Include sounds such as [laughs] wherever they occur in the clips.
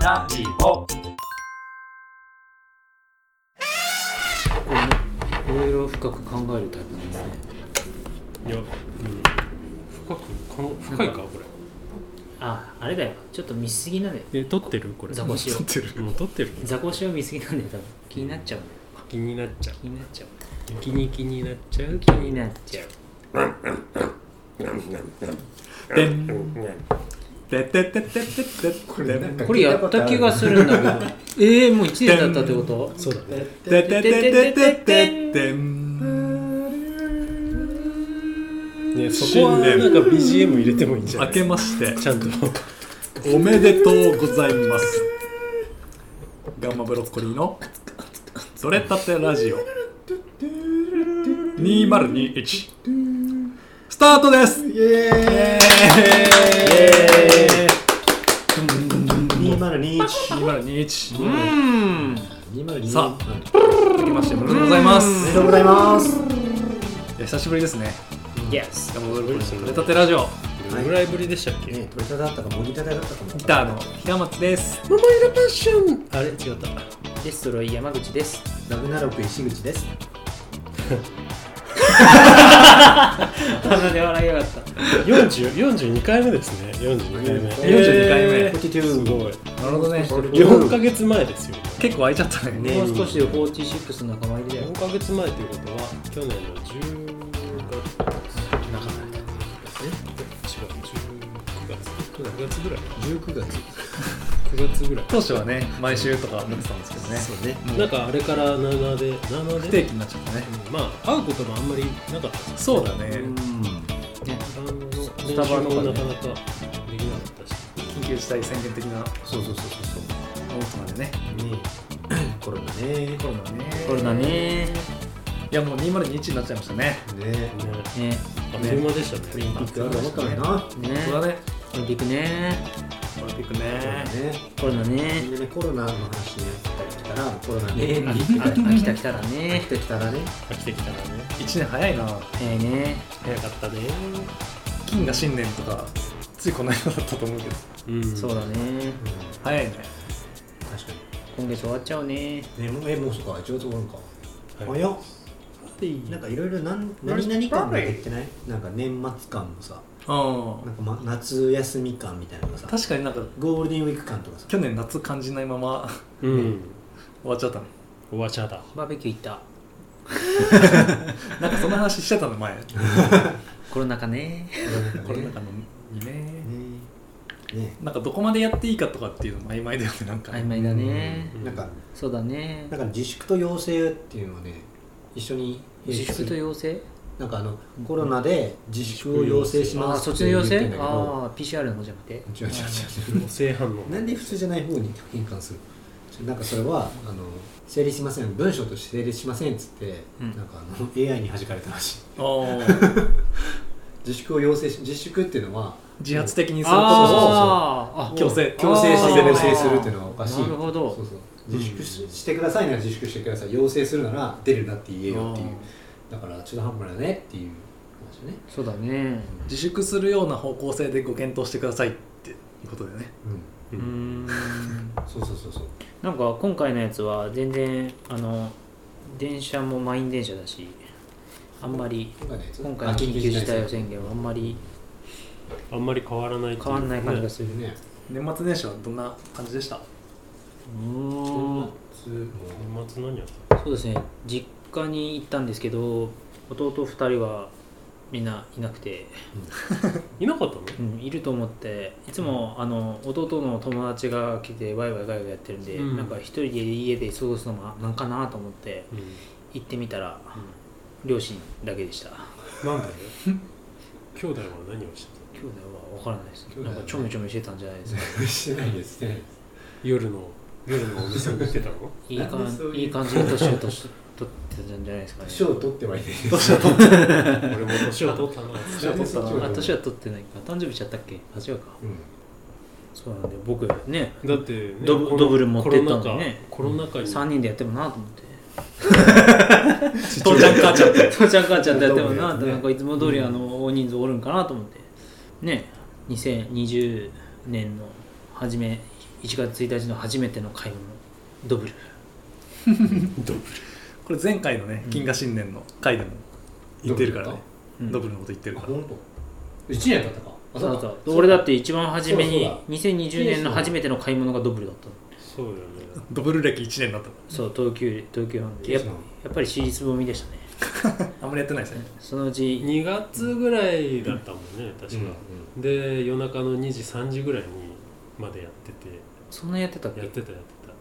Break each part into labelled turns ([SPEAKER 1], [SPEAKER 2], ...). [SPEAKER 1] ラジオ
[SPEAKER 2] こうね、いろいろ深く考えるタイプなんですね。
[SPEAKER 3] いや、うん、深くかん深いかこ
[SPEAKER 1] ああれだよちょっと見すぎなんだよ
[SPEAKER 3] れえ撮ってるこれ
[SPEAKER 1] ザコシを
[SPEAKER 3] 撮ってるもう撮ってる
[SPEAKER 1] ザコシを見すぎなんだよ多分気になっちゃうね
[SPEAKER 3] 気になっちゃう
[SPEAKER 1] 気になっちゃう
[SPEAKER 3] 気に気になっちゃう
[SPEAKER 1] 気になっちゃう
[SPEAKER 3] でんでててててててこれなんか
[SPEAKER 1] これやった気がするんだけ [laughs] どえー、もう1年だったってこと
[SPEAKER 3] そうだね
[SPEAKER 1] でてててててて
[SPEAKER 3] ねそこはなんか BGM 入れてもいいんじゃない
[SPEAKER 4] 明けまして
[SPEAKER 3] ちゃんと
[SPEAKER 4] おめでとうございますガンマブロッコリーのそれたてラジオ2021スタートですイエーイ2021さあ明けましておめでとうございますおめでとうございます久しぶりですね
[SPEAKER 1] Yes
[SPEAKER 3] 頑張りました
[SPEAKER 4] そ
[SPEAKER 3] ね
[SPEAKER 4] れたてラジオ
[SPEAKER 3] どれぐらいぶりでしたっけ、
[SPEAKER 5] ね、トリタだったかモニターだったかも
[SPEAKER 4] ギターの平松です
[SPEAKER 3] 桃色パッションあれ違った
[SPEAKER 1] デストロイ山口です
[SPEAKER 5] ラグナロク石口です
[SPEAKER 1] 鼻で笑いやがった
[SPEAKER 3] 40 42回目ですね42回目
[SPEAKER 4] 42回目
[SPEAKER 3] すごい
[SPEAKER 4] なるほどね
[SPEAKER 3] 4ヶ月前ですよ
[SPEAKER 4] 結構空いちゃったね
[SPEAKER 1] もう少しで46の仲間入りだよ
[SPEAKER 3] 4ヶ月前ということは去年の10月違う10 9月9月ぐらい
[SPEAKER 5] 19月
[SPEAKER 3] 9月ぐらい
[SPEAKER 4] 当初はね毎週とか思ってたんですけどね
[SPEAKER 5] そうね
[SPEAKER 3] [laughs] なんかあれから7で7
[SPEAKER 4] 不
[SPEAKER 3] で
[SPEAKER 4] 定期になっちゃったね
[SPEAKER 3] うんまあ会うこともあんまりなかったです
[SPEAKER 4] そうだね
[SPEAKER 3] バンドの
[SPEAKER 1] スタ
[SPEAKER 3] 練
[SPEAKER 1] バと
[SPEAKER 3] 習
[SPEAKER 1] かね
[SPEAKER 3] もなかなかできなかったし
[SPEAKER 4] 緊急事態宣言的な
[SPEAKER 5] そうそうそうそう
[SPEAKER 4] 大人でね
[SPEAKER 3] ね
[SPEAKER 5] そうコロナね
[SPEAKER 4] コロナね
[SPEAKER 1] コロナね
[SPEAKER 4] いやもう2021になっちゃいましたね
[SPEAKER 5] ね
[SPEAKER 3] えね
[SPEAKER 1] ね
[SPEAKER 3] あっという間でした
[SPEAKER 5] オリ
[SPEAKER 3] ね
[SPEAKER 5] ンピックあると思ったのにな
[SPEAKER 1] ね
[SPEAKER 4] そうだね
[SPEAKER 1] オリンピックね
[SPEAKER 4] オリンピックね
[SPEAKER 5] ね
[SPEAKER 1] コロナ
[SPEAKER 5] み
[SPEAKER 1] ね
[SPEAKER 5] んなねコロナの話ね来たらコロナね
[SPEAKER 1] あ来た来たらね
[SPEAKER 5] 来てきたらね
[SPEAKER 3] 飽きてきたらね
[SPEAKER 4] 1年早いな
[SPEAKER 1] 早いね
[SPEAKER 3] 早かったね
[SPEAKER 4] 金が新年とかついこの間だったと思うけど
[SPEAKER 3] うん
[SPEAKER 1] そうだね
[SPEAKER 4] 早いね
[SPEAKER 5] 確か
[SPEAKER 1] 今月終わっちゃうね
[SPEAKER 5] にねもうえもうそっか1月終わるか
[SPEAKER 3] はい
[SPEAKER 5] 早っなんかいろいろなん何々感が減ってないなんか年末感もさ
[SPEAKER 4] う
[SPEAKER 5] なんか、ま、夏休み感みたいなのがさ
[SPEAKER 4] ん確かになんか
[SPEAKER 5] ゴールデンウィーク感とか [laughs] さ
[SPEAKER 4] 去年夏感じないまま
[SPEAKER 3] うん
[SPEAKER 4] 終わっちゃったね
[SPEAKER 3] おばちゃだ
[SPEAKER 1] バーベキュー行った
[SPEAKER 4] なんかそんな話してたの [laughs] 前
[SPEAKER 1] コロナ禍ね
[SPEAKER 4] コロナ禍のにね
[SPEAKER 5] ねね
[SPEAKER 4] なんかどこまでやっていいかとかっていうのも曖昧だよねなんか
[SPEAKER 1] 曖昧だね
[SPEAKER 3] う
[SPEAKER 5] なんか
[SPEAKER 1] そうだね
[SPEAKER 5] なんか自粛と要請っていうのをね一緒に
[SPEAKER 1] 自粛と要請
[SPEAKER 5] なんかあのコロナで自粛を要請し
[SPEAKER 1] あ
[SPEAKER 5] ま
[SPEAKER 1] あ
[SPEAKER 5] す
[SPEAKER 1] そっちの要請
[SPEAKER 5] って言ってんだけど
[SPEAKER 1] ああ PCR の方じゃなくて
[SPEAKER 5] 違う違う違う違
[SPEAKER 3] 正反応
[SPEAKER 5] うなんで普通じゃない方に変換するのなんかそれはあの成立しません文章として成立しませんっつって、
[SPEAKER 1] うん
[SPEAKER 5] なんかあの AI に弾かれたらしい
[SPEAKER 4] おー
[SPEAKER 5] 自粛を要請し自粛っていうのは
[SPEAKER 4] 自発的にすることを
[SPEAKER 1] ああ
[SPEAKER 4] 強制
[SPEAKER 5] 強制して
[SPEAKER 1] あー
[SPEAKER 5] 要請するっていうのはおかしい
[SPEAKER 1] なるほど
[SPEAKER 5] そうそう自粛し,、てくださいなら自粛してください要請するなら出るなって言えよっていうだから中途半端だねっていう話ね
[SPEAKER 1] そうだね
[SPEAKER 4] 自粛するような方向性でご検討してくださいっていうことだよね
[SPEAKER 5] うん
[SPEAKER 3] う
[SPEAKER 4] うん
[SPEAKER 5] そうそうそうそう
[SPEAKER 1] なんか今回のやつは全然あの電車も満員電車だしあんまり
[SPEAKER 5] 今回ね
[SPEAKER 1] 今回の緊急事態宣言はあんまり
[SPEAKER 3] あんまり変わらないっていう
[SPEAKER 1] 変わんない感じがする
[SPEAKER 5] 言ね
[SPEAKER 4] 年末年始はどんな感じでした
[SPEAKER 1] うーん
[SPEAKER 5] 普通も
[SPEAKER 3] 年末何やっ
[SPEAKER 1] そうですね実家に行ったんですけど弟2人はみんないなくて、
[SPEAKER 3] たいなかったの
[SPEAKER 1] うん、いると思っていつもあの弟の友達が来てワイワイガイガイやってるんで、
[SPEAKER 3] うん
[SPEAKER 1] なんか一人で家で過ごすのもなんかなと思って
[SPEAKER 3] うん
[SPEAKER 1] 行ってみたら、両親だけでした
[SPEAKER 3] なんだよ兄弟は何をしてたの
[SPEAKER 1] 兄弟は分からないです
[SPEAKER 5] 兄弟
[SPEAKER 1] な
[SPEAKER 5] は
[SPEAKER 1] んかちょめちょめしてたんじゃないですか
[SPEAKER 5] うしてないですね
[SPEAKER 3] 夜の夜のお店に行ってたの
[SPEAKER 1] いいか
[SPEAKER 5] なんでそういうん
[SPEAKER 1] いい感じに年を年取ってたんじゃないですかね
[SPEAKER 5] 賞を取ってはいないです
[SPEAKER 3] 俺も年を取ったな
[SPEAKER 5] 年を取ったな
[SPEAKER 1] あ年は取ってないか誕生日しちゃったっけあ違うか
[SPEAKER 5] うん
[SPEAKER 1] そうなんで僕ね
[SPEAKER 3] だってね、
[SPEAKER 1] ドブ
[SPEAKER 3] この
[SPEAKER 1] ドブル持ってったのにね
[SPEAKER 3] コロナ禍コロナ禍
[SPEAKER 1] 3
[SPEAKER 3] に
[SPEAKER 1] 人でやってもなと思って [laughs]
[SPEAKER 4] 父ちゃん母ちゃんって
[SPEAKER 1] 父ちゃん母ちゃんでやってもなと
[SPEAKER 5] どうもね
[SPEAKER 1] なんかいつも通りあの大人数おるんかなと思ってね2020年の初め1 1月1日の初めての買い物ドブル
[SPEAKER 4] これ前回のね金河新年の回でも言ってるからねドブルのこと言ってる
[SPEAKER 5] あ
[SPEAKER 4] から
[SPEAKER 5] 本当1年経ったかあ
[SPEAKER 1] そう
[SPEAKER 5] か
[SPEAKER 1] そう俺だって一番初めに
[SPEAKER 5] そう
[SPEAKER 1] 2020年の初めての買い物がドブルだったの
[SPEAKER 3] そうだよね
[SPEAKER 4] ドブル歴1年だった
[SPEAKER 1] そう東急東急ハンズやっぱやっぱり私立ぼみでしたね
[SPEAKER 4] あんまりやってないですね
[SPEAKER 1] そのうち
[SPEAKER 3] 2月ぐらいだったもんね確か、で夜中の2時3時ぐらいにまでやってて
[SPEAKER 1] そんなやってたっけ
[SPEAKER 3] やってたやってた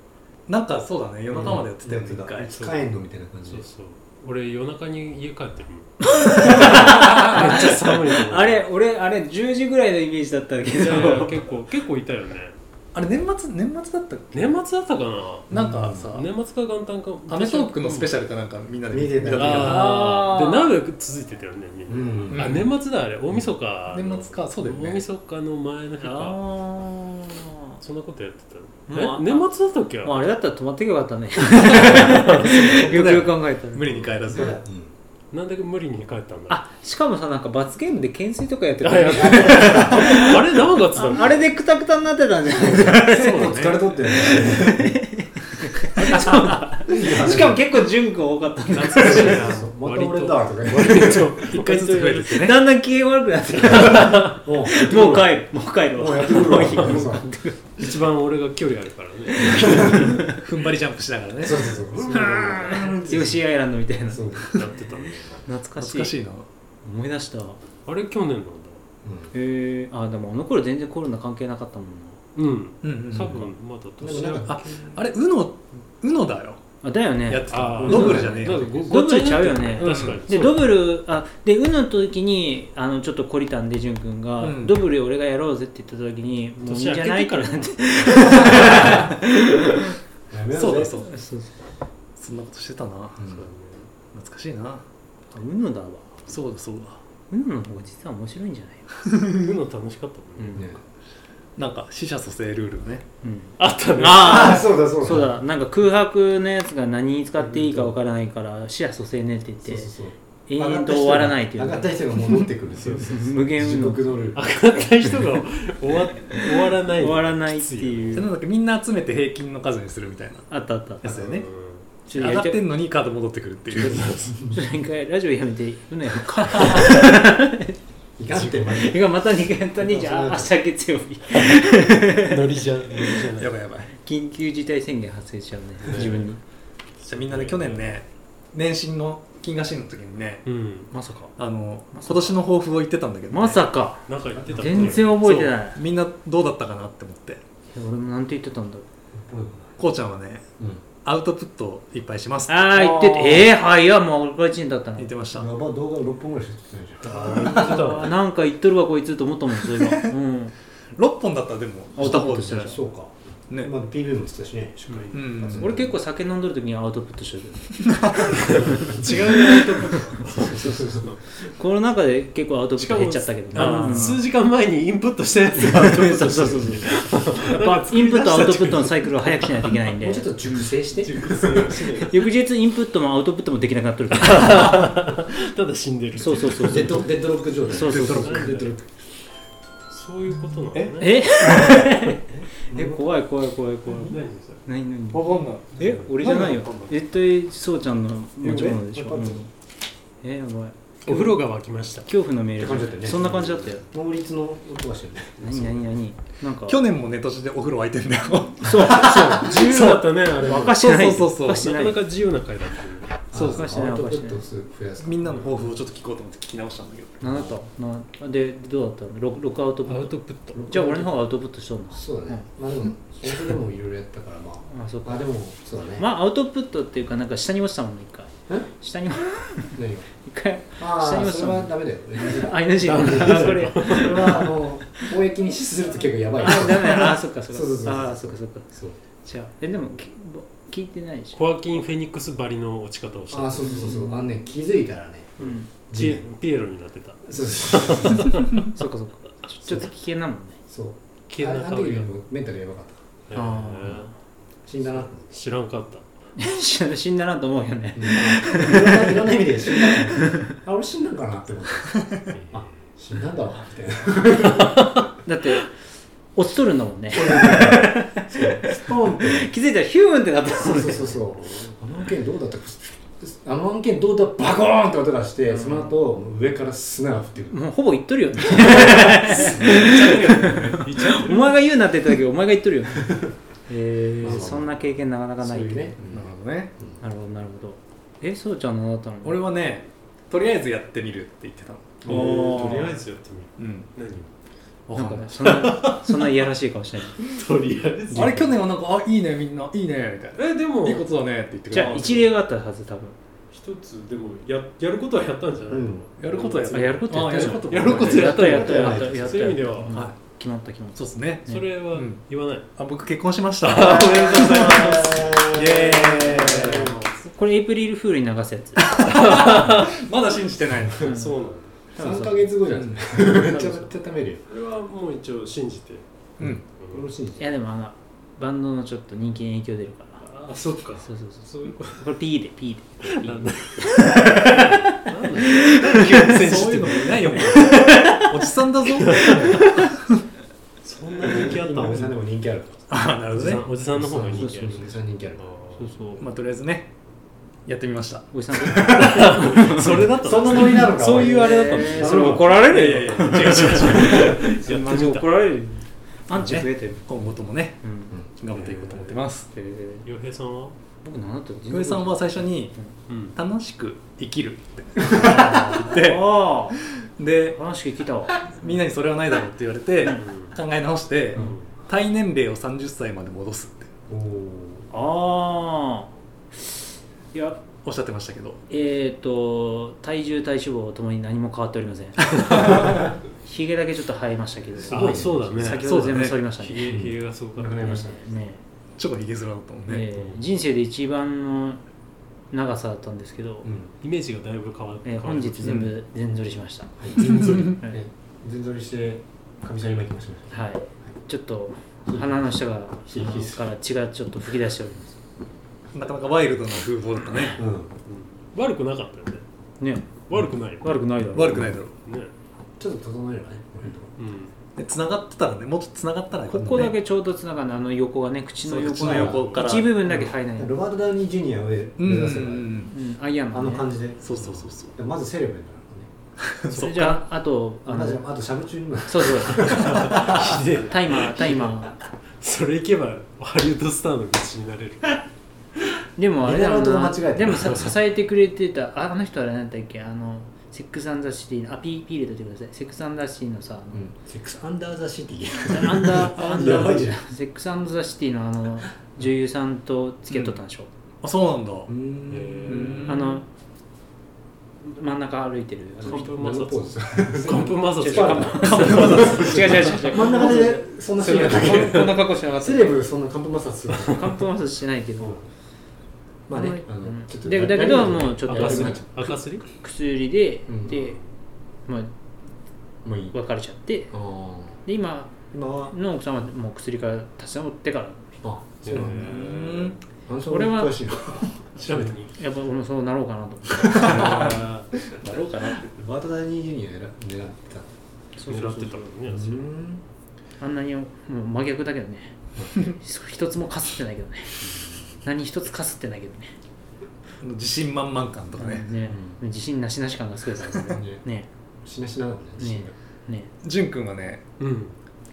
[SPEAKER 4] なんかそうだね夜中までやってたよね
[SPEAKER 5] うん
[SPEAKER 4] 一回
[SPEAKER 5] 使えんのみたいな感じ
[SPEAKER 3] そ
[SPEAKER 5] で
[SPEAKER 3] うそう俺夜中に家帰ってるもんめっちゃ寒いと思う
[SPEAKER 1] あれ俺あれ10時ぐらいのイメージだったけ
[SPEAKER 3] いやいや
[SPEAKER 1] [laughs] ど
[SPEAKER 3] 結構結構いたよね
[SPEAKER 4] あれ年末年末だったっ
[SPEAKER 3] 年末だったかな
[SPEAKER 4] けなんかさ
[SPEAKER 3] 年末か元旦か
[SPEAKER 4] アメトークのスペシャルかなんかみんなで
[SPEAKER 5] 見てた
[SPEAKER 4] 見た
[SPEAKER 5] 見た
[SPEAKER 4] 時
[SPEAKER 5] 時
[SPEAKER 3] あ
[SPEAKER 4] あ
[SPEAKER 3] あで長く続いてたよねみんな、あ
[SPEAKER 5] うん
[SPEAKER 3] 年末だあれ大晦日
[SPEAKER 4] 年末かそうだよね
[SPEAKER 3] 大晦日の前の日
[SPEAKER 1] あー
[SPEAKER 3] かそんなことやってた
[SPEAKER 1] もうあ
[SPEAKER 3] え年末だったっけ
[SPEAKER 1] まああれだったら止まってけばよかったねよくよく考えたら
[SPEAKER 4] 無理に帰らず
[SPEAKER 5] そうだうん
[SPEAKER 3] なんで無理に帰ったんだ
[SPEAKER 1] あしかもさなんか罰ゲームで懸垂とかやってた [laughs]
[SPEAKER 3] あやったあれ何月だっけ [laughs]
[SPEAKER 1] あれでクタクタになってたんじゃないですか
[SPEAKER 5] 疲れとってるね
[SPEAKER 1] しかも結構純子多かったんだ
[SPEAKER 5] 懐かしいなそうまた [laughs] 俺だとか言われて
[SPEAKER 4] 一回ずつ増えてってね
[SPEAKER 1] だんだん機嫌悪くなってきた
[SPEAKER 5] もう
[SPEAKER 1] もう帰る [laughs] もう帰る
[SPEAKER 5] もうやってくるわそう
[SPEAKER 3] 一番俺が距離あるからね
[SPEAKER 4] 踏ん張りジャンプしながらね
[SPEAKER 5] そうそうそう
[SPEAKER 1] ヨシーアイランドみたいな
[SPEAKER 5] そう
[SPEAKER 3] やってたね
[SPEAKER 1] 懐かしい
[SPEAKER 4] 懐かしいな
[SPEAKER 1] 思い出したへ
[SPEAKER 3] あれ去年なんだ
[SPEAKER 1] えあでもあの頃全然コロナ関係なかったもんな
[SPEAKER 3] うん
[SPEAKER 4] うんうん
[SPEAKER 3] 多分まだ年
[SPEAKER 5] でもなん
[SPEAKER 3] あ
[SPEAKER 5] か
[SPEAKER 4] ああれ UNO UNO だよ
[SPEAKER 1] あだよ
[SPEAKER 4] やっ
[SPEAKER 1] ね
[SPEAKER 4] てた
[SPEAKER 3] ー
[SPEAKER 4] ドブルじゃねえ
[SPEAKER 3] な
[SPEAKER 4] よ
[SPEAKER 3] んかご
[SPEAKER 1] ドブルちゃうよね
[SPEAKER 3] ごっちゃになっ
[SPEAKER 1] で
[SPEAKER 3] てる
[SPEAKER 1] ドブルあでウの時にあのちょっと懲りたんで潤君が、
[SPEAKER 4] うん
[SPEAKER 1] ドブル俺がやろうぜって言った時にもういいんじ
[SPEAKER 3] 年明
[SPEAKER 1] ゃ
[SPEAKER 3] け
[SPEAKER 1] な
[SPEAKER 3] て
[SPEAKER 1] い
[SPEAKER 3] から
[SPEAKER 1] って
[SPEAKER 5] やめよ
[SPEAKER 4] そうだ
[SPEAKER 5] ぜ
[SPEAKER 4] そうだ
[SPEAKER 1] そう
[SPEAKER 4] そんなことしてたな懐かしいな
[SPEAKER 1] そうウノだわ
[SPEAKER 4] そうだそうだ
[SPEAKER 1] ウノの方が実は面白いんじゃない
[SPEAKER 3] そうだねうの楽しかったもんね
[SPEAKER 5] ね
[SPEAKER 4] なんか死者蘇生ルールをね
[SPEAKER 1] うん
[SPEAKER 3] あったね
[SPEAKER 5] あ
[SPEAKER 1] あ
[SPEAKER 5] あそうだそう
[SPEAKER 1] あ
[SPEAKER 5] だ
[SPEAKER 1] そうだなんか空白のやつが何に使っていいかわからないから視野蘇生ねって言っ
[SPEAKER 5] そ
[SPEAKER 1] て
[SPEAKER 5] うそうそう
[SPEAKER 1] 延々と終わらないという
[SPEAKER 5] 上が
[SPEAKER 1] ね
[SPEAKER 5] った人が戻ってくるそうそう
[SPEAKER 1] 無限
[SPEAKER 5] 地
[SPEAKER 1] ウノ
[SPEAKER 5] 獄のルール
[SPEAKER 3] 上がった人が終わ終わらない
[SPEAKER 1] 終わらないって
[SPEAKER 4] で
[SPEAKER 1] い
[SPEAKER 4] なん
[SPEAKER 1] う
[SPEAKER 4] だっけみんな集めて平均の数にするみたいな
[SPEAKER 1] あったあったあった
[SPEAKER 4] やつだよね
[SPEAKER 1] ち
[SPEAKER 4] 上
[SPEAKER 1] ょっとや
[SPEAKER 4] が
[SPEAKER 1] り
[SPEAKER 4] った
[SPEAKER 1] い
[SPEAKER 4] てんのにカード戻ってくるっていう
[SPEAKER 1] ちょっと一回ラジオやめてウノやろうか
[SPEAKER 5] いかんって [laughs] マジで
[SPEAKER 1] いやまた2回やったねじゃあ明日月曜日
[SPEAKER 3] ノリじゃノリじゃない
[SPEAKER 4] [laughs] やばいやばい
[SPEAKER 1] 緊急事態宣言発生しちゃうね自分に
[SPEAKER 4] じゃあみんなね去年ね年始の金河新の時にね
[SPEAKER 3] うん
[SPEAKER 1] まさか
[SPEAKER 4] あの今年の抱負を言ってたんだけど、ね、
[SPEAKER 1] まさか
[SPEAKER 3] なんか言ってたっけ
[SPEAKER 1] 全然覚えてない
[SPEAKER 4] そうみんなどうだったかなって思って
[SPEAKER 1] 俺もなんて言ってたんだろう
[SPEAKER 4] こうちゃんはねアウトプットをいっぱいしますって
[SPEAKER 1] ああ言っててえー、はいやもう俺が1年だったの
[SPEAKER 4] 言ってました
[SPEAKER 5] うんやば動画6本ぐらいしか撮ってないじゃん
[SPEAKER 3] 言ってたわ
[SPEAKER 1] なんか言っとるわこいつと思ったもんそれ [laughs] がうん
[SPEAKER 4] 6本だったらでも
[SPEAKER 1] アウトプットして
[SPEAKER 4] た
[SPEAKER 1] な
[SPEAKER 4] 方
[SPEAKER 1] い
[SPEAKER 4] が
[SPEAKER 5] そうか
[SPEAKER 4] ね
[SPEAKER 5] まあ PV もしてたしねしっかり
[SPEAKER 4] うん
[SPEAKER 1] 俺結構酒飲んどる時にアウトプットしてる
[SPEAKER 4] 違う
[SPEAKER 5] そうそうそう
[SPEAKER 1] この中で結構アウトプット減っちゃったけど
[SPEAKER 3] あの
[SPEAKER 1] ねうん
[SPEAKER 3] 数時間前にインプットしたや
[SPEAKER 1] [laughs]
[SPEAKER 3] つがアウトプットしてる
[SPEAKER 1] そうそう [laughs] やっぱインプットアウトプットのサイクルを早くしないといけないん
[SPEAKER 5] も
[SPEAKER 1] で
[SPEAKER 5] うちょっと熟成して
[SPEAKER 1] 翌日インプットもアウトプットもできなくなっとるから [laughs]
[SPEAKER 3] ただ死んでる
[SPEAKER 1] そうそうそうそ
[SPEAKER 5] デ
[SPEAKER 1] う
[SPEAKER 5] ッドデッドロック状態
[SPEAKER 1] そうそうそう
[SPEAKER 5] デッドロック
[SPEAKER 3] そういうことなのね
[SPEAKER 1] [laughs] [laughs] ええ怖い怖い怖い怖い
[SPEAKER 3] 何それ
[SPEAKER 1] 何何
[SPEAKER 4] 分かんない
[SPEAKER 1] え俺じゃないよ
[SPEAKER 4] 何がわかん
[SPEAKER 1] 絶対そうちゃんの持ち物でしょ
[SPEAKER 5] え俺
[SPEAKER 1] うんえやばい
[SPEAKER 3] お風呂が沸きました
[SPEAKER 1] 恐怖のメール
[SPEAKER 5] って感じだったよね
[SPEAKER 1] そんな感じだったよ
[SPEAKER 5] 能率の音がしてるね
[SPEAKER 1] 何何何なんか
[SPEAKER 4] 去年もね途中でお風呂沸いてんだよ
[SPEAKER 1] そうそう
[SPEAKER 3] 自由だったねあれ
[SPEAKER 1] 沸かしてない
[SPEAKER 4] そうそうそうそう
[SPEAKER 1] 沸かしてな
[SPEAKER 3] なかないか自由な回だったね
[SPEAKER 1] そう沸かしてない
[SPEAKER 5] ア
[SPEAKER 1] 沸
[SPEAKER 5] ウト
[SPEAKER 1] か
[SPEAKER 5] プ
[SPEAKER 1] して
[SPEAKER 5] ッ
[SPEAKER 1] ない
[SPEAKER 5] ト数増やす
[SPEAKER 4] みんなの抱負をちょっと聞こうと思って聞き直したんだけど
[SPEAKER 1] 何だったなでどうだったのロロックアウトプ
[SPEAKER 3] ア
[SPEAKER 1] ッ
[SPEAKER 3] ウ
[SPEAKER 1] ト
[SPEAKER 3] トプット
[SPEAKER 1] じゃあ俺の方がアウトプットしとんの
[SPEAKER 5] そうだねまあでもそれでもいろいろやったからまあ
[SPEAKER 1] あそうか
[SPEAKER 5] あでもそうだね
[SPEAKER 1] まあアウトプットっていうかなんか下に落ちたもんね一回
[SPEAKER 5] え
[SPEAKER 1] 下に [laughs]
[SPEAKER 5] 何
[SPEAKER 1] 一回
[SPEAKER 5] あ
[SPEAKER 1] 下に
[SPEAKER 5] あ
[SPEAKER 1] 落ちた
[SPEAKER 5] それ
[SPEAKER 1] も
[SPEAKER 5] は
[SPEAKER 1] ん
[SPEAKER 5] ダメだよ
[SPEAKER 1] ING あこれ
[SPEAKER 5] それはあの公益に資すると結構やばい
[SPEAKER 1] あダメだあそっかそっか
[SPEAKER 5] そうそうそう
[SPEAKER 1] あそっかそっか
[SPEAKER 5] そう
[SPEAKER 1] じゃあえでもきぼ聞いてないでしょ
[SPEAKER 3] ホアキン・フェニックスばりの落ち方をし
[SPEAKER 5] あ
[SPEAKER 3] た
[SPEAKER 5] あそうそうそうそうあのね気づいたらね
[SPEAKER 1] うん
[SPEAKER 3] ピエピエロになってた
[SPEAKER 5] そうそうそう
[SPEAKER 1] そっかそっかちょちょっと危険なもんね [laughs]
[SPEAKER 5] そう
[SPEAKER 3] 危険
[SPEAKER 5] あ
[SPEAKER 3] な
[SPEAKER 5] あ
[SPEAKER 3] 香
[SPEAKER 5] の時
[SPEAKER 3] りが
[SPEAKER 5] もメンタルやばかった
[SPEAKER 3] へ
[SPEAKER 1] あ
[SPEAKER 5] 死んだなと思っ
[SPEAKER 3] ー知らんかった
[SPEAKER 1] 死ん死んだなと思うよね
[SPEAKER 5] てうんいろんないろんな意味で死んだなあ俺死んだ [laughs] んかなって思って
[SPEAKER 3] えー
[SPEAKER 5] あ死んだんだわみたいな
[SPEAKER 1] だって落ちとるんだもんね
[SPEAKER 5] スポンって
[SPEAKER 1] 気づいたらヒューンってなった
[SPEAKER 5] そうそうそうそうあの案件どうだったかあの案件どうだバコーンって音がして、その後上から砂が降ってくる
[SPEAKER 1] もうほぼ言っとるよね
[SPEAKER 4] [laughs]
[SPEAKER 1] お前が言うなって言ってたけどお前が言っとるよねえー
[SPEAKER 5] まあまあ
[SPEAKER 1] そんな経験なかなか
[SPEAKER 5] そ
[SPEAKER 1] な
[SPEAKER 5] う
[SPEAKER 1] い
[SPEAKER 5] いうね、
[SPEAKER 4] なるほどね
[SPEAKER 1] なるほどなるほどえそうちゃん何だったの
[SPEAKER 4] 俺はねとりあえずやってみるって言ってたの
[SPEAKER 3] えーとりあえずやってみ
[SPEAKER 4] うん
[SPEAKER 3] る
[SPEAKER 4] わ
[SPEAKER 1] な
[SPEAKER 4] か
[SPEAKER 1] んか
[SPEAKER 4] んない
[SPEAKER 1] ねそんなそんないやらしい顔してない
[SPEAKER 3] 何とりあえず
[SPEAKER 4] あれ去年はなんか「あいいねみんないいね」みたいな
[SPEAKER 3] えで
[SPEAKER 4] 「
[SPEAKER 3] も
[SPEAKER 4] いいことだね」って言ってく
[SPEAKER 1] じ
[SPEAKER 4] れ
[SPEAKER 1] ゃあ
[SPEAKER 4] た
[SPEAKER 1] 一例があったはず多分
[SPEAKER 3] 一つでもややることはやったんじゃないの、
[SPEAKER 5] うん
[SPEAKER 4] やることはやった
[SPEAKER 1] あやることやった
[SPEAKER 4] あ
[SPEAKER 1] じ
[SPEAKER 4] や
[SPEAKER 1] ゃん
[SPEAKER 4] る
[SPEAKER 3] やるこ
[SPEAKER 4] こと
[SPEAKER 3] とやった
[SPEAKER 1] やったやったやった
[SPEAKER 3] そういう意味では、
[SPEAKER 1] うん
[SPEAKER 4] は
[SPEAKER 1] 決まった決まっ
[SPEAKER 4] そうですね
[SPEAKER 3] それは
[SPEAKER 4] うん
[SPEAKER 3] 言わない、
[SPEAKER 4] あ僕結婚しましたおめでとうございますイエー
[SPEAKER 1] たこれエイプリルフールに流すやつ
[SPEAKER 4] イまだ信じてないの
[SPEAKER 1] うん
[SPEAKER 3] そうなの
[SPEAKER 5] 3か月後じゃないですか、めっちゃめっちゃめるよ
[SPEAKER 3] これはもう一応信じて、
[SPEAKER 4] うん
[SPEAKER 5] よろしいじ
[SPEAKER 1] いやでもあのバンドのちょっと人気に影響出るから
[SPEAKER 3] ああそっか
[SPEAKER 1] そうそうそう
[SPEAKER 3] そういうこと
[SPEAKER 1] これ P で P でピーで
[SPEAKER 4] そういうのもいないよもうおじさんだぞ
[SPEAKER 3] そんな人気あ
[SPEAKER 5] ゃ
[SPEAKER 3] っ
[SPEAKER 5] ん
[SPEAKER 3] た
[SPEAKER 5] 今
[SPEAKER 3] の
[SPEAKER 5] おじさんでも人気ある
[SPEAKER 4] あなる
[SPEAKER 3] お
[SPEAKER 4] ほ
[SPEAKER 3] じ
[SPEAKER 4] ど
[SPEAKER 3] さ
[SPEAKER 4] ね
[SPEAKER 3] んおじさんの方が人気ある
[SPEAKER 5] おじさん人気ある
[SPEAKER 1] そうそう
[SPEAKER 4] まあとりあえずねやってみました
[SPEAKER 1] おじさんと
[SPEAKER 4] それだった
[SPEAKER 5] そんなノリなのか
[SPEAKER 4] そういうあれだったん
[SPEAKER 5] えー
[SPEAKER 4] だ
[SPEAKER 5] それ怒
[SPEAKER 4] られるよいやいや違う違う違うや
[SPEAKER 1] マ
[SPEAKER 4] って
[SPEAKER 1] ジ
[SPEAKER 4] みた
[SPEAKER 1] 怒られるよアンチ増えてる、
[SPEAKER 4] 今後ともね
[SPEAKER 1] うん
[SPEAKER 4] 頑張っていこうと思ってます
[SPEAKER 1] えー
[SPEAKER 3] 洋平さんは
[SPEAKER 1] 僕何だったの
[SPEAKER 4] 井上さんは最初に
[SPEAKER 3] うん
[SPEAKER 4] 「楽しく生きる」って
[SPEAKER 1] [laughs] あ
[SPEAKER 4] で
[SPEAKER 1] あ話聞いたわ
[SPEAKER 4] みんなにそれはないだろうって言われて考え直して
[SPEAKER 3] うん
[SPEAKER 4] 体年齢を30歳まで戻すって
[SPEAKER 5] おー
[SPEAKER 1] ああいや
[SPEAKER 4] おっしゃってましたけど
[SPEAKER 1] えー、と体重体脂肪ともに何も変わっておりませんひげだけちょっと生えましたけど
[SPEAKER 5] ごいね
[SPEAKER 3] あそうだね
[SPEAKER 1] 先ほど全部剃りました
[SPEAKER 3] ひ
[SPEAKER 1] ね
[SPEAKER 3] げひげがすごかっ
[SPEAKER 5] な
[SPEAKER 3] た
[SPEAKER 5] くなりましたね
[SPEAKER 1] ね
[SPEAKER 4] ちょっとひげ面だったもんね
[SPEAKER 1] えー人生で一番の長さだったんですけど、
[SPEAKER 3] イメージがだいぶ変わる
[SPEAKER 1] えー本日全部全剃りしました、
[SPEAKER 5] 全ぞり
[SPEAKER 1] はい
[SPEAKER 5] 全ぞりしてかみさんに巻きまし
[SPEAKER 1] はい、ちょっと鼻の下が
[SPEAKER 5] ひひひ
[SPEAKER 1] から血がちょっと吹き出しております
[SPEAKER 4] なかなかワイルドな風貌だったね
[SPEAKER 5] たうん
[SPEAKER 3] 悪くなかったよね
[SPEAKER 1] ね
[SPEAKER 3] 悪くないよね
[SPEAKER 1] 悪くないだろ
[SPEAKER 4] 悪くないだろう
[SPEAKER 3] ね
[SPEAKER 5] ちょっと整えればね
[SPEAKER 3] うん
[SPEAKER 4] で繋がってたらねもっと繋がったらね
[SPEAKER 1] ここだけちょうどつながるあの横がね口の
[SPEAKER 4] そう
[SPEAKER 1] 横
[SPEAKER 4] 口
[SPEAKER 1] が
[SPEAKER 4] の横から
[SPEAKER 1] 一部分だけ生えない、う
[SPEAKER 5] ロバート・ダウニー・ジュニアを目
[SPEAKER 4] うんうんう
[SPEAKER 5] 指せば
[SPEAKER 4] ん
[SPEAKER 1] ん、アイアンマ
[SPEAKER 5] あ
[SPEAKER 1] ンね、
[SPEAKER 5] の感じで
[SPEAKER 4] そうそうそうそう
[SPEAKER 5] まずセレブにな
[SPEAKER 1] それじゃああとあ
[SPEAKER 5] るのね
[SPEAKER 1] の
[SPEAKER 5] あとしゃぶ中にも
[SPEAKER 1] そう
[SPEAKER 5] [laughs]
[SPEAKER 1] そう
[SPEAKER 3] ひでえな
[SPEAKER 1] タイマータイマ
[SPEAKER 3] それいけばハリウッドスターの口になれる
[SPEAKER 1] ーでもあれだろう
[SPEAKER 5] リナ
[SPEAKER 1] な
[SPEAKER 5] ロト間違えて
[SPEAKER 1] でもさ支えてくれてたああの人あれなんだっけあのセックスアンダーシティのあピーピー入れといてくださいセックスアンダーシティのさ、
[SPEAKER 5] セックス・アンダー・ザ・シティ
[SPEAKER 1] アンダーアン
[SPEAKER 5] や
[SPEAKER 1] ダ
[SPEAKER 5] ばいじゃ
[SPEAKER 1] ーセックスアンダーザシティのあの女優さんと付き合っとったんでしょ、
[SPEAKER 4] あそうなんだ
[SPEAKER 5] うーん
[SPEAKER 4] ん
[SPEAKER 1] あの真ん中歩いてるあの
[SPEAKER 3] 完
[SPEAKER 1] 人
[SPEAKER 3] 封摩
[SPEAKER 5] 何のポーズ
[SPEAKER 3] 擦完封摩
[SPEAKER 1] 違う違う違う違う違
[SPEAKER 3] 擦
[SPEAKER 1] う違う
[SPEAKER 5] 真ん中でそんなシーンが
[SPEAKER 1] こんこんな格好してなかった
[SPEAKER 5] セレブそんなカンプ摩擦する
[SPEAKER 1] カンプ摩擦してないけど、
[SPEAKER 5] まあね
[SPEAKER 1] う
[SPEAKER 5] あの
[SPEAKER 1] ん
[SPEAKER 5] ちょっと
[SPEAKER 1] でだけどもうちょっと
[SPEAKER 3] 赤すり
[SPEAKER 5] 赤す
[SPEAKER 3] 赤すり
[SPEAKER 1] 薬で、
[SPEAKER 5] うん
[SPEAKER 1] で、まあ、
[SPEAKER 5] もういい
[SPEAKER 1] 別れちゃって
[SPEAKER 5] あー
[SPEAKER 1] で今
[SPEAKER 5] 今は
[SPEAKER 1] の奥さんはもう薬から立ち直ってから
[SPEAKER 5] あそうなんだ
[SPEAKER 4] う
[SPEAKER 3] え
[SPEAKER 4] ん
[SPEAKER 5] あの人俺は詳しいな
[SPEAKER 3] 調べてみよ
[SPEAKER 1] やっぱ俺もそうなろうかなと思って
[SPEAKER 3] うあー
[SPEAKER 5] だろうかなバートダニー・ジュニア狙ってた
[SPEAKER 3] 狙ってたのにねそれ
[SPEAKER 5] ん
[SPEAKER 1] あんなにもう真逆だけどね一つもかすってないけどね何一つかすってないけどね
[SPEAKER 4] 自信満々感とかね
[SPEAKER 1] ね、自信なしなし感がすごいですね
[SPEAKER 5] ね
[SPEAKER 1] ね
[SPEAKER 5] しなしなだもんね自信が
[SPEAKER 1] ね
[SPEAKER 4] 潤くんはね
[SPEAKER 3] うん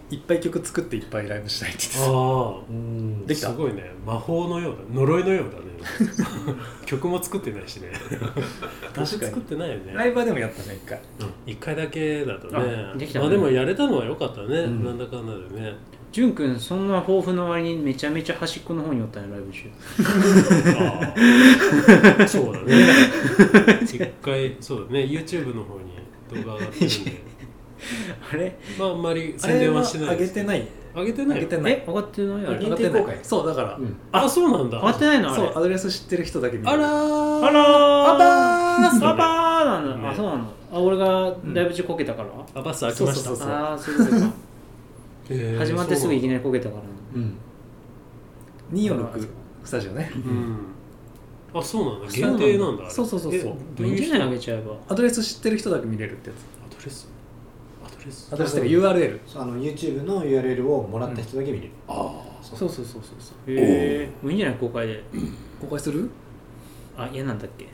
[SPEAKER 4] いっぱい曲作っていっぱいライブしたいって言って
[SPEAKER 3] ああ
[SPEAKER 5] うん
[SPEAKER 4] できた
[SPEAKER 3] すごいね魔法のようだ呪いのようだね曲も作ってないしね
[SPEAKER 4] かに
[SPEAKER 3] 曲作ってないよ
[SPEAKER 4] たライ
[SPEAKER 3] ね
[SPEAKER 4] ブはでもやったね一回
[SPEAKER 3] 一回だけだと
[SPEAKER 1] あ
[SPEAKER 3] ね
[SPEAKER 1] できたね
[SPEAKER 3] まあでもやれたのは良かったね、
[SPEAKER 5] ん
[SPEAKER 3] なんだかんだでね
[SPEAKER 1] 潤くんそんな抱負の割にめちゃめちゃ端っこの方におったねライブ中
[SPEAKER 3] ああそうだね一回そうだね YouTube の方に動画上がってるんで
[SPEAKER 1] あれ
[SPEAKER 3] まああんまり
[SPEAKER 4] あ
[SPEAKER 3] 宣
[SPEAKER 4] れ
[SPEAKER 3] 伝は
[SPEAKER 4] は
[SPEAKER 3] してな
[SPEAKER 4] 上
[SPEAKER 3] い
[SPEAKER 4] げ
[SPEAKER 3] です
[SPEAKER 4] てない
[SPEAKER 3] 上げてな
[SPEAKER 4] 上
[SPEAKER 3] い
[SPEAKER 4] げてない
[SPEAKER 1] え上がってないあ
[SPEAKER 5] あ
[SPEAKER 1] れ
[SPEAKER 5] れ
[SPEAKER 4] 上がってな
[SPEAKER 5] 限定公
[SPEAKER 4] い
[SPEAKER 5] 開
[SPEAKER 4] そうだから
[SPEAKER 5] うん
[SPEAKER 3] あそうなんだ
[SPEAKER 1] 上がってないのあれ
[SPEAKER 4] そうアドレス知ってる人だけ見
[SPEAKER 3] あら
[SPEAKER 4] る
[SPEAKER 3] ー
[SPEAKER 1] あらー
[SPEAKER 4] あらー
[SPEAKER 1] あばーなんだ、
[SPEAKER 3] ね
[SPEAKER 1] あそうなのあ俺がライブ中こけたから、
[SPEAKER 3] あバス開きました
[SPEAKER 4] そうそうそう
[SPEAKER 1] ああそういうこと
[SPEAKER 4] [laughs]
[SPEAKER 1] か
[SPEAKER 3] へー
[SPEAKER 1] 始まってすぐいきなりこけたから
[SPEAKER 5] うん
[SPEAKER 4] 246スタジオね
[SPEAKER 3] うんあそうなんだ
[SPEAKER 1] そうなん
[SPEAKER 3] 限
[SPEAKER 1] だ
[SPEAKER 3] 定なんだあれ
[SPEAKER 4] そうそうそうそう
[SPEAKER 3] えどう
[SPEAKER 1] いいう
[SPEAKER 3] い
[SPEAKER 1] んじ
[SPEAKER 3] 人
[SPEAKER 1] ゃないあげちゃえば
[SPEAKER 4] アドレス知ってる人だけ見れるってやつ
[SPEAKER 3] アドレスアドレプレス
[SPEAKER 5] あと
[SPEAKER 4] 私
[SPEAKER 5] そ
[SPEAKER 4] と
[SPEAKER 5] う
[SPEAKER 4] か URL
[SPEAKER 5] あの YouTube の URL をもらった人だけ見れる、
[SPEAKER 4] そうそうそうそうそう
[SPEAKER 1] へえもういいんじゃない公開で
[SPEAKER 4] 公開する
[SPEAKER 1] あ嫌なんだっけ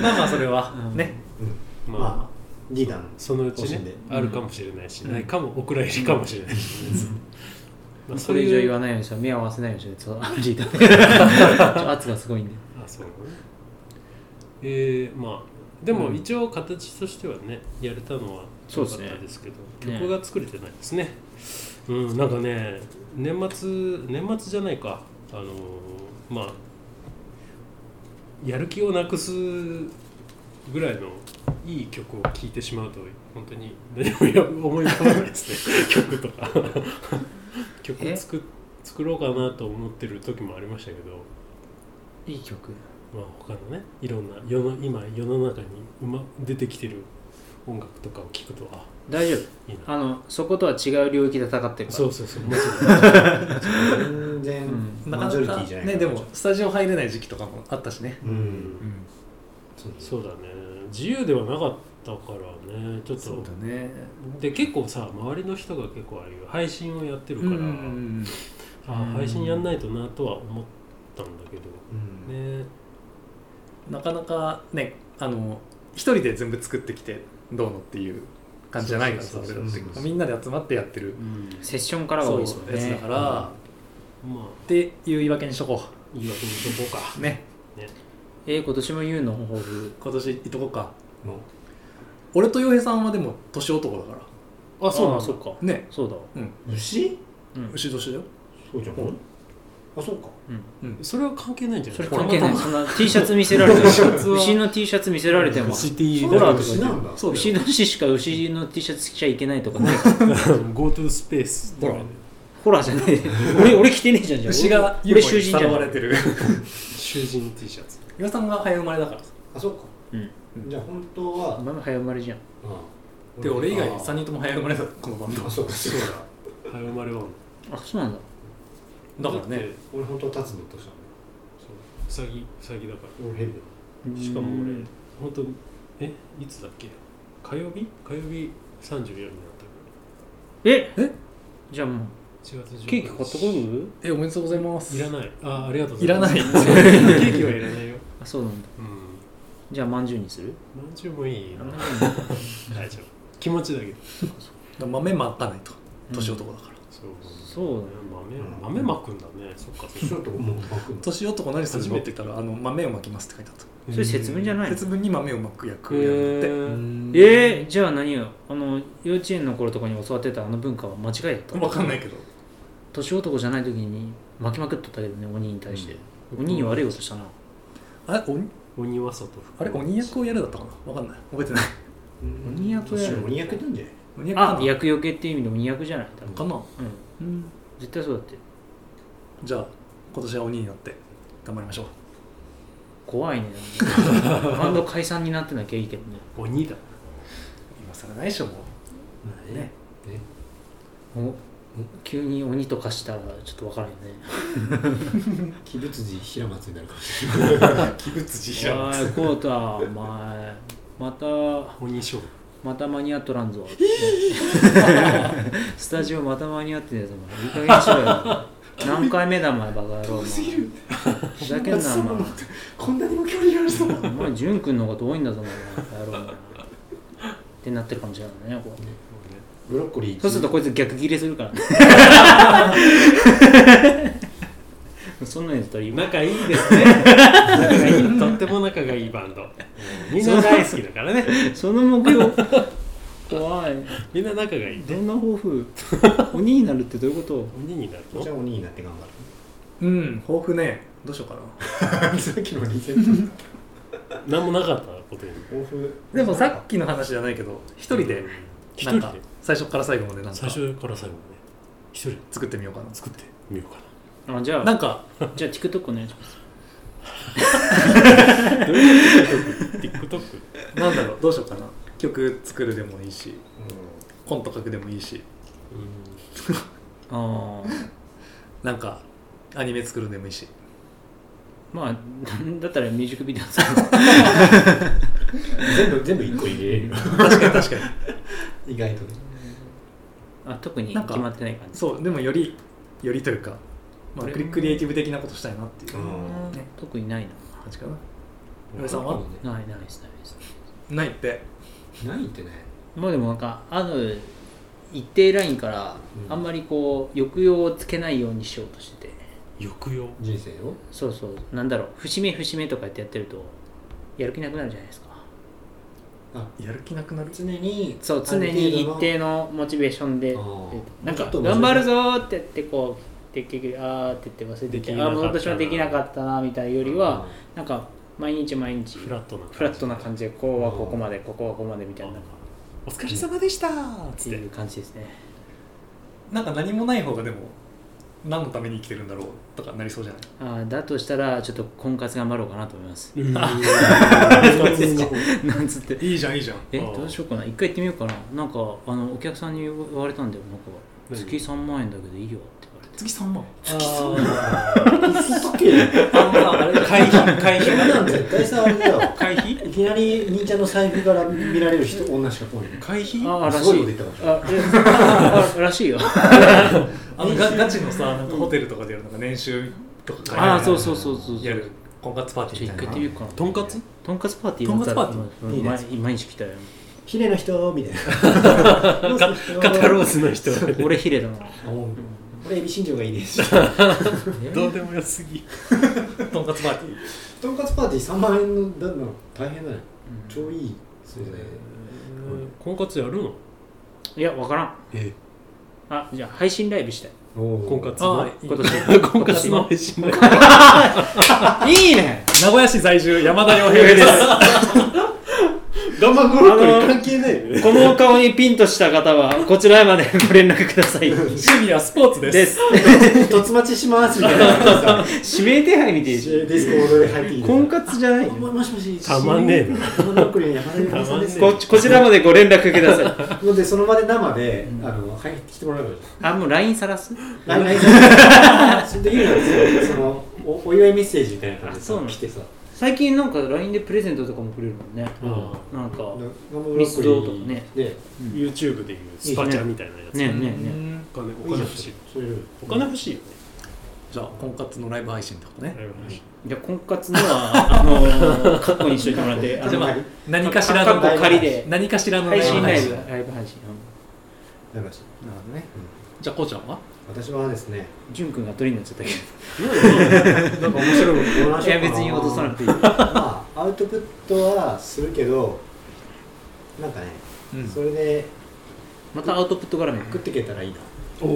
[SPEAKER 4] まあまあそれは
[SPEAKER 1] うん
[SPEAKER 4] ね
[SPEAKER 3] ま
[SPEAKER 5] ま
[SPEAKER 3] あ
[SPEAKER 5] あ2弾
[SPEAKER 3] そのうちね
[SPEAKER 5] 更新で
[SPEAKER 3] あるかもしれないし、
[SPEAKER 1] うん
[SPEAKER 3] ないかもお蔵入りかもしれないし、 [laughs] まあ
[SPEAKER 1] そ
[SPEAKER 3] そ
[SPEAKER 1] れ
[SPEAKER 3] れ
[SPEAKER 1] 以上
[SPEAKER 3] 以
[SPEAKER 1] 言
[SPEAKER 3] 上
[SPEAKER 1] わないようにしよう目を合わせないようにしようそうあリー
[SPEAKER 4] [laughs]
[SPEAKER 1] ダーちょ圧がすごいんで
[SPEAKER 3] あそうねえー、まあでも一応形としてはねやれたのは
[SPEAKER 1] そ
[SPEAKER 3] 良
[SPEAKER 1] う
[SPEAKER 3] か
[SPEAKER 1] ですね
[SPEAKER 3] ったですけど
[SPEAKER 1] ね
[SPEAKER 3] 曲が作れてないですねうんなんかね年末年末じゃないかあのーまあやる気をなくすぐらいのいい曲を聴いてしまうと本当に何もや思い浮かばないで
[SPEAKER 1] [laughs]
[SPEAKER 3] すね曲とか曲を作作ろうかなと思ってる時もありましたけど
[SPEAKER 1] いい曲
[SPEAKER 3] まあ、他のねいろんな世の今世の中に、ま、出てきてる音楽とかを聞くとあ
[SPEAKER 1] 大丈
[SPEAKER 3] いい
[SPEAKER 1] 夫
[SPEAKER 3] な
[SPEAKER 1] あのそことは違う領域で戦ってるから
[SPEAKER 3] そうそうそうもち
[SPEAKER 5] 全然
[SPEAKER 1] う
[SPEAKER 5] マジョリティじゃない
[SPEAKER 4] ねでもスタジオ入れない時期とかもあったしね
[SPEAKER 5] う
[SPEAKER 3] ろん、
[SPEAKER 5] ん
[SPEAKER 1] うん
[SPEAKER 5] そう
[SPEAKER 3] そうだね自由ではなかったからねちょっと
[SPEAKER 4] ね
[SPEAKER 3] で結構さ周りの人が結構ああいう配信をやってる
[SPEAKER 4] う
[SPEAKER 3] か
[SPEAKER 4] ん
[SPEAKER 3] ら、
[SPEAKER 4] うん
[SPEAKER 3] あ配信やんないとなとは思ったんだけど
[SPEAKER 5] うん
[SPEAKER 3] ね
[SPEAKER 4] うんなかなかねあの一人で全部作ってきてどうのっていう感じじゃないからさ
[SPEAKER 3] そう
[SPEAKER 4] 俺
[SPEAKER 3] そう
[SPEAKER 4] だ
[SPEAKER 3] そ
[SPEAKER 4] っ
[SPEAKER 5] うそう
[SPEAKER 4] てみんなで集まってやってる
[SPEAKER 3] うん
[SPEAKER 1] セッションからが
[SPEAKER 4] そ
[SPEAKER 1] 多
[SPEAKER 4] う
[SPEAKER 1] い
[SPEAKER 4] や
[SPEAKER 1] で
[SPEAKER 4] つ
[SPEAKER 1] すもんね
[SPEAKER 4] だから
[SPEAKER 3] ま
[SPEAKER 4] っていう言い訳にしとこ
[SPEAKER 3] あ言い訳にしとこうか
[SPEAKER 4] うね
[SPEAKER 1] えー今年も言うの抱負
[SPEAKER 4] 今年いっとこうか
[SPEAKER 5] も
[SPEAKER 4] 俺と洋平さんはでも年男だから
[SPEAKER 3] あそうなん
[SPEAKER 1] あ
[SPEAKER 3] だ
[SPEAKER 1] そっか
[SPEAKER 4] ね
[SPEAKER 1] そうだわ
[SPEAKER 5] う牛
[SPEAKER 1] うん
[SPEAKER 4] 牛年だよ
[SPEAKER 5] そうじゃん
[SPEAKER 4] うん
[SPEAKER 5] あそうか
[SPEAKER 3] それは関係ないんじゃない
[SPEAKER 1] それ関係ないそんな T シャツ見せられても牛の T シャツ見せられても
[SPEAKER 3] シティ
[SPEAKER 5] そう
[SPEAKER 1] ほ
[SPEAKER 5] だ
[SPEAKER 1] ら
[SPEAKER 5] 牛なんだ
[SPEAKER 4] そうだ
[SPEAKER 1] 牛
[SPEAKER 4] よ
[SPEAKER 1] 年しか牛の T シャツ着ちゃいけないとかね
[SPEAKER 3] [laughs] GoTo スペース
[SPEAKER 4] ほら
[SPEAKER 1] ホラーじゃない [laughs] 俺俺着てねえじゃんじゃあ
[SPEAKER 4] 牛が
[SPEAKER 1] 俺俺囚人じゃ
[SPEAKER 4] さらわ
[SPEAKER 1] ん
[SPEAKER 4] れてる
[SPEAKER 3] 囚人 T シャツ
[SPEAKER 4] 岩さんが早生まれだからさ
[SPEAKER 5] あそうか
[SPEAKER 1] うん
[SPEAKER 5] じゃあ本当
[SPEAKER 1] お
[SPEAKER 5] は
[SPEAKER 1] 前も早生まれじゃん
[SPEAKER 5] うん
[SPEAKER 4] で俺以外
[SPEAKER 5] あ
[SPEAKER 4] 3人とも早生まれだったこのバン
[SPEAKER 5] あそうかそうだ
[SPEAKER 3] 早生まれは
[SPEAKER 1] あそうなんだ
[SPEAKER 4] ドだからね
[SPEAKER 5] 俺本当は立つのとしたの
[SPEAKER 3] うさぎうさぎだか
[SPEAKER 5] 俺ヘビ
[SPEAKER 3] らしかも
[SPEAKER 1] う
[SPEAKER 3] 俺
[SPEAKER 1] ん
[SPEAKER 3] 本当えいつだっけ火曜日火曜日34になった
[SPEAKER 1] え
[SPEAKER 4] え
[SPEAKER 1] じゃあも
[SPEAKER 3] 1月
[SPEAKER 1] う
[SPEAKER 3] 1
[SPEAKER 1] ケーキ買ってこる
[SPEAKER 4] えおめでとうございます
[SPEAKER 3] いらないあありがとうご
[SPEAKER 4] い
[SPEAKER 3] ざ
[SPEAKER 4] ら
[SPEAKER 3] いま
[SPEAKER 4] な
[SPEAKER 3] す
[SPEAKER 4] い
[SPEAKER 3] ケーキはいらないよ
[SPEAKER 1] あそうなんだ
[SPEAKER 3] うん
[SPEAKER 1] じゃあまんじゅうにする
[SPEAKER 3] 何十もいいな
[SPEAKER 1] う
[SPEAKER 3] 大丈夫気持ちだけど
[SPEAKER 4] 豆待たないと
[SPEAKER 1] ん
[SPEAKER 4] 年男だから、
[SPEAKER 3] そう
[SPEAKER 1] そうだね
[SPEAKER 3] 豆豆まくんだねそっかそ
[SPEAKER 5] ち
[SPEAKER 3] っ
[SPEAKER 5] ょっと [laughs] もう巻くの
[SPEAKER 4] 年男何する
[SPEAKER 3] 初
[SPEAKER 4] の
[SPEAKER 3] め
[SPEAKER 4] ってて言ったらあの豆をまきますって書いてあっ
[SPEAKER 3] か
[SPEAKER 1] [laughs] それ節分じゃ
[SPEAKER 4] た、
[SPEAKER 1] ないの
[SPEAKER 4] 節分に豆をまく役をやるって、
[SPEAKER 1] へ
[SPEAKER 5] うん
[SPEAKER 1] ええーじゃあ何よあの幼稚園の頃とかに教わってたあの文化は間違いだった
[SPEAKER 4] わかんないけど
[SPEAKER 1] 年男じゃない時に負けまくっとったけどね鬼に対して、鬼に悪いことしたな
[SPEAKER 4] あれ鬼
[SPEAKER 3] 鬼は外
[SPEAKER 4] あれ鬼役をやるだったかなわかんない覚えてない
[SPEAKER 1] 鬼役やる
[SPEAKER 5] 鬼役なんじゃない
[SPEAKER 4] 鬼役
[SPEAKER 1] あ
[SPEAKER 4] かな
[SPEAKER 1] 厄除けっていう意味で鬼役じゃない多分
[SPEAKER 4] かな、
[SPEAKER 1] うん
[SPEAKER 4] うん、
[SPEAKER 1] 絶対そうだって
[SPEAKER 4] じゃあ今年は鬼になって頑張りましょう
[SPEAKER 1] 怖いね [laughs] バンド解散になってなきゃいいけどね
[SPEAKER 3] 鬼だ
[SPEAKER 4] 今更ないでしょも
[SPEAKER 5] まあねね
[SPEAKER 1] お急に鬼と化したらちょっとわからんよね
[SPEAKER 5] 鬼物寺平松になるかもし
[SPEAKER 4] う器物自
[SPEAKER 1] おいコータお前また
[SPEAKER 3] 鬼将
[SPEAKER 1] また間に合っとらん [laughs] ぞスタジオまた間に合ってねえぞお前いい加減にしろよ何回目だお前バカ野郎お前ふざけんなお前
[SPEAKER 5] こんなにも距離があるぞ
[SPEAKER 1] お前潤君の方が遠いんだぞお前やろうなってなってるかもしれないねこう
[SPEAKER 5] ブロッコリー
[SPEAKER 1] そうするとこいつ逆ギレするからねそんなんやったら今
[SPEAKER 3] 仲いいですね仲がいいとっても仲がいいバンドもうみんな大好きだからね
[SPEAKER 1] その目標怖い
[SPEAKER 3] みんな仲がいい
[SPEAKER 1] どんな抱負鬼になるってどういうこと
[SPEAKER 3] 鬼になる
[SPEAKER 5] じゃ
[SPEAKER 3] の
[SPEAKER 5] あ鬼になって頑張
[SPEAKER 4] うん豊富ねどうしようかな
[SPEAKER 5] るさっきの鬼全
[SPEAKER 3] 何もなかったことに
[SPEAKER 5] 抱負
[SPEAKER 4] でもさっきの話じゃないけど一人で
[SPEAKER 3] 一
[SPEAKER 4] なん
[SPEAKER 3] 人
[SPEAKER 4] か
[SPEAKER 3] で
[SPEAKER 4] 最初から最後までなんか
[SPEAKER 3] 最初から最後まで一人で
[SPEAKER 4] 作ってみようかな作って
[SPEAKER 3] 見ようか
[SPEAKER 1] あじゃ
[SPEAKER 4] な
[SPEAKER 1] あ
[SPEAKER 4] んか
[SPEAKER 1] じゃあ TikTok お願いします
[SPEAKER 3] な TikTok
[SPEAKER 4] なんだろうどうしようかな曲作るでもいいしコント書くでもいいし
[SPEAKER 1] ああ
[SPEAKER 4] なんかアニメ作るでもいいし [laughs]
[SPEAKER 1] まあだったらミュージックビデオさ
[SPEAKER 5] 全部全部一個入れれるよ
[SPEAKER 4] 確かに [laughs] 確かに
[SPEAKER 5] 意外とね
[SPEAKER 1] あ特に
[SPEAKER 4] なんか
[SPEAKER 1] 決まってない感じ
[SPEAKER 4] そうでもよりよりというか、まあ、
[SPEAKER 1] 俺
[SPEAKER 4] クリクリエイティブ的なことしたいなっていう
[SPEAKER 5] うん
[SPEAKER 4] ね
[SPEAKER 1] 特にない
[SPEAKER 4] 感じかな嫁さんは
[SPEAKER 1] なないないですないです
[SPEAKER 4] ないって
[SPEAKER 5] ないってね
[SPEAKER 1] まあでもなんかある一定ラインから
[SPEAKER 5] うん
[SPEAKER 1] あんまりこう抑揚をつけないようにしようとしてて
[SPEAKER 3] 抑揚
[SPEAKER 5] 人生を
[SPEAKER 1] そうそうなんだろう節目節目とかやってやってるとやる気なくなるじゃないですか
[SPEAKER 4] やる気なくなる
[SPEAKER 5] 常に
[SPEAKER 1] そう常に一定のモチベーションで
[SPEAKER 5] あー
[SPEAKER 1] なん
[SPEAKER 5] ちょ
[SPEAKER 1] か
[SPEAKER 5] っと
[SPEAKER 1] 頑張るぞーってやってこうで結局あーって言って忘れて
[SPEAKER 3] でき
[SPEAKER 1] て
[SPEAKER 3] な
[SPEAKER 1] あ
[SPEAKER 3] か
[SPEAKER 1] あ
[SPEAKER 3] った
[SPEAKER 1] も
[SPEAKER 3] な
[SPEAKER 1] う私もできなかったなみたいなよりはなんか毎日毎日
[SPEAKER 3] フラットな感じ
[SPEAKER 1] フラットな感じでこうはここまでここはここまでみたいななんか
[SPEAKER 3] お疲れ様でしたーっ
[SPEAKER 1] って
[SPEAKER 3] つって
[SPEAKER 1] いう感じですね
[SPEAKER 4] なんか何もない方がでも何のために生きてるんだろうとかなりそうじゃない
[SPEAKER 1] あーだとしたらちょっと婚活頑張ろうかなと思います
[SPEAKER 3] うーん
[SPEAKER 1] [laughs] なんつって
[SPEAKER 4] いいじゃんいいじゃん
[SPEAKER 1] え
[SPEAKER 3] あー
[SPEAKER 1] どうしようかな一回行ってみようかななんかあのお客さんに言われたんだよなんか
[SPEAKER 3] 何
[SPEAKER 1] 月3万円だけどいいよって言われて
[SPEAKER 4] 次3万
[SPEAKER 5] 会費会費なん絶対さあれだよ
[SPEAKER 4] 会費
[SPEAKER 5] いきなり兄ちゃんの財布から見られる人女しか来ない [laughs]
[SPEAKER 4] 会費
[SPEAKER 1] ああら
[SPEAKER 5] す
[SPEAKER 1] し
[SPEAKER 5] ごい
[SPEAKER 1] い
[SPEAKER 5] こと言っ
[SPEAKER 1] あ
[SPEAKER 5] た
[SPEAKER 1] えああらしい [laughs] よ
[SPEAKER 4] あのガガチのさなんかホテルとかでやるのが年収とか書いて
[SPEAKER 1] あ
[SPEAKER 4] あ
[SPEAKER 1] あ
[SPEAKER 4] る
[SPEAKER 1] そうそうそうそうそう
[SPEAKER 4] やる婚活パーティー
[SPEAKER 1] ち
[SPEAKER 4] み
[SPEAKER 1] ょ
[SPEAKER 4] た
[SPEAKER 1] っと一回
[SPEAKER 4] い
[SPEAKER 1] 行
[SPEAKER 4] な
[SPEAKER 1] ってみようかな
[SPEAKER 3] とんかつ
[SPEAKER 1] とんかつパーティー
[SPEAKER 4] とんかつパーティー
[SPEAKER 1] うん
[SPEAKER 5] いいね
[SPEAKER 1] 毎毎日来たよ
[SPEAKER 5] 綺麗な人みたい [laughs] な
[SPEAKER 3] カタロースの人はね
[SPEAKER 1] 俺ヒレだな
[SPEAKER 5] 俺エビ新庄がいいです
[SPEAKER 3] どうでもよすぎ
[SPEAKER 4] とんかつパーティー
[SPEAKER 5] とんかつパーティー3万円のだの大変だね
[SPEAKER 1] うん
[SPEAKER 5] 超いい [laughs] そうね
[SPEAKER 3] 婚活やるの
[SPEAKER 1] いやわからん
[SPEAKER 5] え
[SPEAKER 1] あじゃあ配信ライブしたい
[SPEAKER 5] 婚
[SPEAKER 3] 婚活
[SPEAKER 4] あ
[SPEAKER 3] の
[SPEAKER 4] あいい
[SPEAKER 1] 今年
[SPEAKER 3] 婚活の配信だ
[SPEAKER 1] いいね
[SPEAKER 4] 名古屋市在住山田洋平です
[SPEAKER 5] ガンマグロッコリー関係ないよね
[SPEAKER 1] このお顔にピンとした方はこちらへまでご連絡ください
[SPEAKER 4] [laughs] 趣味はスポーツです
[SPEAKER 1] です
[SPEAKER 5] 突待ちしますみたいな [laughs] 感じ
[SPEAKER 1] 指名手配みて
[SPEAKER 5] で
[SPEAKER 1] え
[SPEAKER 5] さ
[SPEAKER 1] じ
[SPEAKER 5] ディスコードで入っていい
[SPEAKER 1] ゃん婚活じゃない
[SPEAKER 5] あも
[SPEAKER 1] よ
[SPEAKER 5] もしもし
[SPEAKER 3] たまんねえ
[SPEAKER 5] ガンマグロッコリーの山田裕子さんです
[SPEAKER 1] ここちらまでご連絡ください
[SPEAKER 5] のでその場で生で、
[SPEAKER 1] うん
[SPEAKER 5] あの入ってきてもらえばいいじ
[SPEAKER 1] [laughs] あもう LINE さらす
[SPEAKER 5] ゃん。来来それできるんですよ。そのおお祝いメッセージみたいな感じで
[SPEAKER 1] あそうな
[SPEAKER 5] さ
[SPEAKER 1] の
[SPEAKER 5] 来てさ、
[SPEAKER 1] 最近なんか LINE でプレゼントとかもくれるもんね
[SPEAKER 3] あ
[SPEAKER 1] なんか
[SPEAKER 5] ガム
[SPEAKER 1] ミスドとかね
[SPEAKER 5] で、
[SPEAKER 3] あ YouTube でいうスパチャみたいなやつ
[SPEAKER 1] ねえ
[SPEAKER 3] ね
[SPEAKER 1] ねえね
[SPEAKER 4] ね
[SPEAKER 3] お金お金
[SPEAKER 5] いいじゃん
[SPEAKER 3] 欲しい
[SPEAKER 5] それ。
[SPEAKER 3] お金欲しいよね
[SPEAKER 4] じゃあ婚活のライブ配信ってことね
[SPEAKER 1] えじゃあ婚活のはあのー過去にしといてもらっ
[SPEAKER 4] [laughs]
[SPEAKER 1] てあ
[SPEAKER 5] で
[SPEAKER 1] の
[SPEAKER 5] も
[SPEAKER 1] まあ
[SPEAKER 5] あり
[SPEAKER 4] 何かしらの
[SPEAKER 5] 過去仮
[SPEAKER 1] で
[SPEAKER 4] 何かしらの
[SPEAKER 1] 配信ライ
[SPEAKER 4] 配信
[SPEAKER 1] ブライブ配信
[SPEAKER 5] だからし
[SPEAKER 4] なるほどねじゃあこうちゃんは
[SPEAKER 5] 私はですね、
[SPEAKER 1] 潤くんが鳥になっちゃったけど
[SPEAKER 5] なんか面白いこと話
[SPEAKER 1] いや別に落とさなくていい
[SPEAKER 5] まあアウトプットはするけど、なんかね、それで
[SPEAKER 1] またアウトプット絡み
[SPEAKER 5] 食っていけたらいいな。
[SPEAKER 3] おお
[SPEAKER 4] お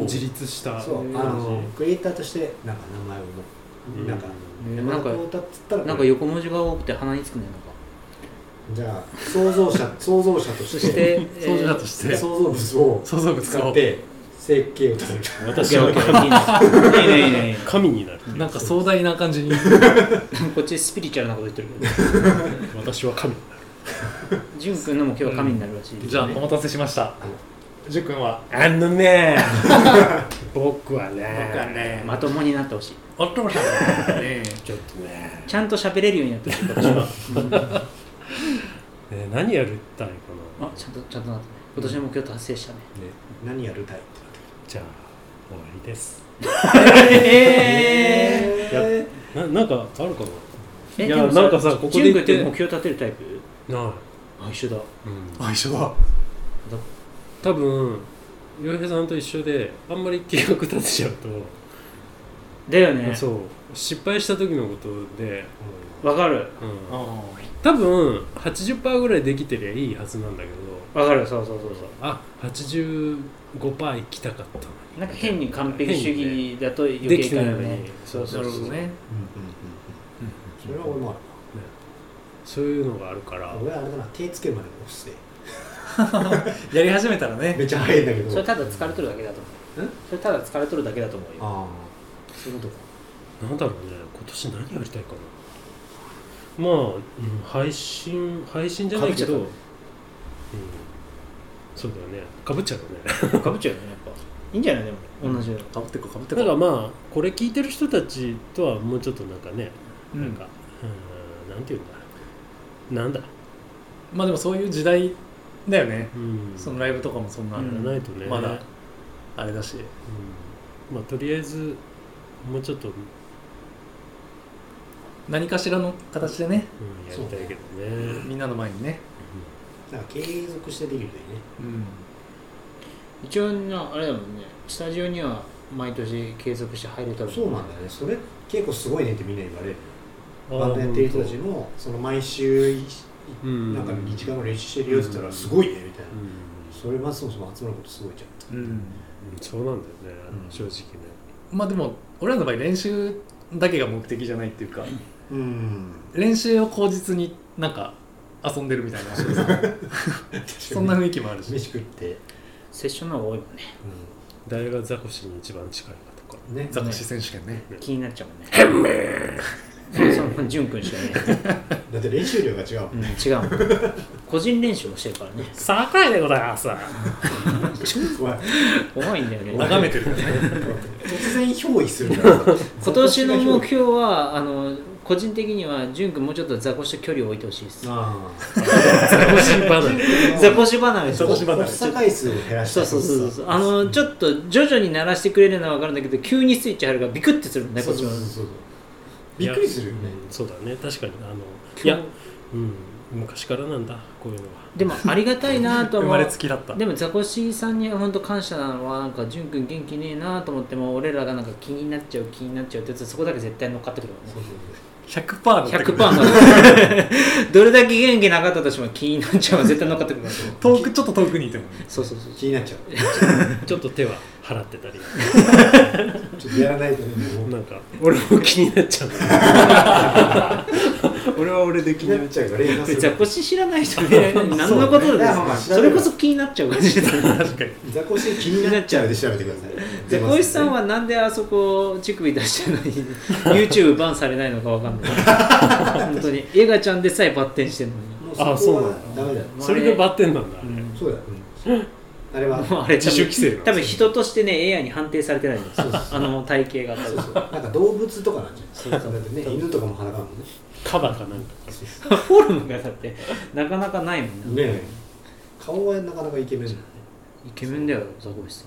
[SPEAKER 4] ー
[SPEAKER 3] 自立した
[SPEAKER 5] そう、あのクリエイターとしてなんか名前を
[SPEAKER 3] うん
[SPEAKER 5] なんか
[SPEAKER 1] うん
[SPEAKER 5] 山田耕太っつったら
[SPEAKER 1] なんか横文字が多くて鼻につくねなんか
[SPEAKER 5] じゃあ創造
[SPEAKER 1] [laughs]
[SPEAKER 5] 者創造者と
[SPEAKER 1] そ
[SPEAKER 5] し
[SPEAKER 1] してて
[SPEAKER 4] [laughs] そうじゃとして
[SPEAKER 5] 創造物を
[SPEAKER 4] 相続使
[SPEAKER 5] 使
[SPEAKER 4] お
[SPEAKER 5] っ
[SPEAKER 4] う
[SPEAKER 5] て設計を立てる
[SPEAKER 3] 私は
[SPEAKER 1] いいねいいねいいね
[SPEAKER 3] 神になる
[SPEAKER 4] なんか壮大な感じ [laughs] に
[SPEAKER 1] こっちスピリチュアルなこと言ってるけど
[SPEAKER 3] 私は神になる
[SPEAKER 1] 潤くんのも今日は神になるらしいですね
[SPEAKER 4] じゃあお待たせしましたじゅんくんは
[SPEAKER 3] あのね [laughs] 僕はね
[SPEAKER 4] 僕はね
[SPEAKER 1] [laughs] まともになってほしい
[SPEAKER 4] お父さんはね
[SPEAKER 3] ちょっとね
[SPEAKER 1] ちゃんと喋れるようになってほしい今年は
[SPEAKER 4] [laughs]
[SPEAKER 3] ね何やりたいかな
[SPEAKER 1] あちゃんとちゃんとなってね今年の目標達成したね
[SPEAKER 5] 何やるたい
[SPEAKER 3] じゃあ終わりです
[SPEAKER 1] え
[SPEAKER 5] え
[SPEAKER 3] やななんかあるか
[SPEAKER 1] え
[SPEAKER 3] いやなんかさここ
[SPEAKER 1] 潤
[SPEAKER 3] で
[SPEAKER 1] く
[SPEAKER 3] 言
[SPEAKER 1] んっ
[SPEAKER 3] って
[SPEAKER 1] て目標立てるタイプ
[SPEAKER 3] なない、
[SPEAKER 1] あ一緒だ
[SPEAKER 3] うん、
[SPEAKER 4] あ一緒だ
[SPEAKER 3] 多分洋平さんと一緒であんまり計画立てちゃうと、
[SPEAKER 1] だよね
[SPEAKER 3] そう失敗した時のことで、
[SPEAKER 1] わかる
[SPEAKER 3] うん、
[SPEAKER 4] あ
[SPEAKER 3] 多分80%ぐらいできてりゃいいはずなんだけど
[SPEAKER 1] わかるそうそうそうそう
[SPEAKER 3] あ85%行きたかった
[SPEAKER 1] な
[SPEAKER 3] の
[SPEAKER 1] んか変に完璧主義だと余
[SPEAKER 3] で
[SPEAKER 1] 計
[SPEAKER 3] き
[SPEAKER 1] い
[SPEAKER 3] て
[SPEAKER 1] か
[SPEAKER 3] ない
[SPEAKER 1] ない
[SPEAKER 3] の
[SPEAKER 1] よ
[SPEAKER 3] に
[SPEAKER 1] ねそうそうそう
[SPEAKER 4] ね
[SPEAKER 5] それは俺も
[SPEAKER 3] そういうのがあるか
[SPEAKER 5] あ
[SPEAKER 3] ら
[SPEAKER 5] る俺はあれだな手つけるまで押して
[SPEAKER 4] やり始めたら
[SPEAKER 5] め
[SPEAKER 4] ね
[SPEAKER 5] っちゃ早いんだけど
[SPEAKER 1] それただ疲れとるだけだと思うんそれただ疲れとるだけだと思うよ
[SPEAKER 5] ああそういうことか
[SPEAKER 3] なんだろうね今年何やりたいかなまあ、うん配信配信じゃないけど、
[SPEAKER 1] か
[SPEAKER 3] うん
[SPEAKER 1] ぶっ、
[SPEAKER 3] そうだよねかぶっちゃうよね [laughs]
[SPEAKER 1] かぶっちゃうよねやっぱいいんじゃないでも同じような
[SPEAKER 4] かぶってこかぶって
[SPEAKER 3] だから
[SPEAKER 4] こ
[SPEAKER 3] まあこれ聞いてる人たちとはもうちょっとなんかね、
[SPEAKER 4] うん
[SPEAKER 3] なんかうんなんていうんだなんだ、
[SPEAKER 4] まあでもそういう時代だよね
[SPEAKER 3] うん、
[SPEAKER 4] そのライブとかもそんな、
[SPEAKER 1] うん
[SPEAKER 3] やらないとね
[SPEAKER 4] まだあれだし
[SPEAKER 3] うんまあとりあえずもうちょっと、うん、
[SPEAKER 4] 何かしらの形でね
[SPEAKER 3] やりたいけどね
[SPEAKER 4] みんなの前にね、
[SPEAKER 5] なんか継続してできるといいね
[SPEAKER 4] うん、
[SPEAKER 1] 一応なあれだもんねスタジオには毎年継続して入れたら
[SPEAKER 5] そうなんだよねそれ結構すごいねってみんなに言われる
[SPEAKER 3] あー
[SPEAKER 5] バンドやってる人たちもその毎週い
[SPEAKER 3] うん
[SPEAKER 5] なんか2時間の練習してるよって言ったらすごいねみたいな
[SPEAKER 3] うん、うん
[SPEAKER 5] それはそもそも集まることすごいじゃ
[SPEAKER 4] うん、
[SPEAKER 3] そうなんだよね、
[SPEAKER 5] うん
[SPEAKER 3] 正直ね
[SPEAKER 4] まあでも俺らの場合練習だけが目的じゃないっていうか
[SPEAKER 5] んうん
[SPEAKER 4] 練習を口実になんか遊んでるみたいなそんな雰囲気もあるし
[SPEAKER 5] 飯食って、
[SPEAKER 1] セッションの方が多いもんね
[SPEAKER 3] 誰がザコシに一番近いかとか
[SPEAKER 5] うん、ね
[SPEAKER 4] ザコシ選手権ね
[SPEAKER 1] 気になっちゃうもんねヘンメそのジュン君しかね、
[SPEAKER 5] だって練習量が違うもん
[SPEAKER 1] うん、違うもん個人練習もしてるからね
[SPEAKER 3] 酒井でございます
[SPEAKER 5] 怖い
[SPEAKER 1] 怖いんだよね
[SPEAKER 4] 眺めてるからね
[SPEAKER 5] 突然憑依するからさ
[SPEAKER 1] 今年の目標はあの個人的にはジュン君もうちょっとザコシと距離を置いてほしいです
[SPEAKER 5] あ
[SPEAKER 3] ザコシバ
[SPEAKER 5] [laughs]
[SPEAKER 3] ナ
[SPEAKER 1] ザコシ離れ
[SPEAKER 5] あそこ
[SPEAKER 1] そう
[SPEAKER 5] 発作回数を減らした
[SPEAKER 1] そう
[SPEAKER 5] い
[SPEAKER 1] そうそうそうあのちょっと徐々に鳴らしてくれるのは分かるんだけど急にスイッチ入るからビクッてするもんねこっ
[SPEAKER 5] そう
[SPEAKER 1] ち
[SPEAKER 5] そう
[SPEAKER 1] も
[SPEAKER 5] そうそうびっくりするよね
[SPEAKER 3] うんそうだね確かにあのいや、うん、昔からなんだこういうのは
[SPEAKER 1] でもありがたいなと
[SPEAKER 4] 生
[SPEAKER 1] 思
[SPEAKER 4] まれ
[SPEAKER 1] う
[SPEAKER 4] つきだった
[SPEAKER 1] でもザコシさんには本当感謝なのはなんか潤くん元気ねえなと思っても俺らがなんか気になっちゃう気になっちゃうってやつそこだけ絶対乗っかってくるもんね
[SPEAKER 5] そうそう
[SPEAKER 4] 100%だったけ
[SPEAKER 1] 100%
[SPEAKER 4] ど
[SPEAKER 1] のどれだけ元気なかったとしても気になっちゃう絶対乗っかってくるから
[SPEAKER 4] 遠くちょっと遠くにいてもね
[SPEAKER 1] そうそうそう
[SPEAKER 5] 気になっちゃ
[SPEAKER 3] [laughs]
[SPEAKER 5] う
[SPEAKER 3] ちょっと手は払ってたり
[SPEAKER 5] ちょっとやらないとねもう
[SPEAKER 3] なんか俺も気になっちゃう
[SPEAKER 4] 俺は俺で
[SPEAKER 5] 気になっちゃうから連打する
[SPEAKER 1] ザコシ知らない人ね何のこと
[SPEAKER 5] い
[SPEAKER 1] だ
[SPEAKER 5] やまあま
[SPEAKER 1] よ
[SPEAKER 5] あ知ら
[SPEAKER 1] そ
[SPEAKER 5] ない
[SPEAKER 1] れこそ気になっちゃう感じだ
[SPEAKER 4] 確かに
[SPEAKER 5] ザコシ気になっちゃうで調べてください
[SPEAKER 1] ザコシさん
[SPEAKER 5] は
[SPEAKER 1] はなんであそこ乳首出してるのに YouTube バンされないのかわかんない本 [laughs] 当にエガちゃんでさえバッテンしてるのに
[SPEAKER 5] もう
[SPEAKER 3] あ
[SPEAKER 5] そ
[SPEAKER 3] そ
[SPEAKER 5] こ
[SPEAKER 3] うな
[SPEAKER 5] は
[SPEAKER 3] ん
[SPEAKER 5] ダメだよ
[SPEAKER 3] それでバッテンなんだ、あれ
[SPEAKER 1] うん
[SPEAKER 5] そうだようんあれは
[SPEAKER 1] もうあれ
[SPEAKER 3] 自主規制なんですね
[SPEAKER 1] 多分人としてね AI に判定されてないんですよあの体型が多分 [laughs]
[SPEAKER 5] なんか動物とかなんじゃない
[SPEAKER 1] そうそう
[SPEAKER 5] だってね犬とかも裸だもんね
[SPEAKER 3] カバかなんか
[SPEAKER 1] フォルムがだってなかなかないもんね
[SPEAKER 5] ねえ顔はなかなかイケメンだよね
[SPEAKER 1] イケメンだよザコシさん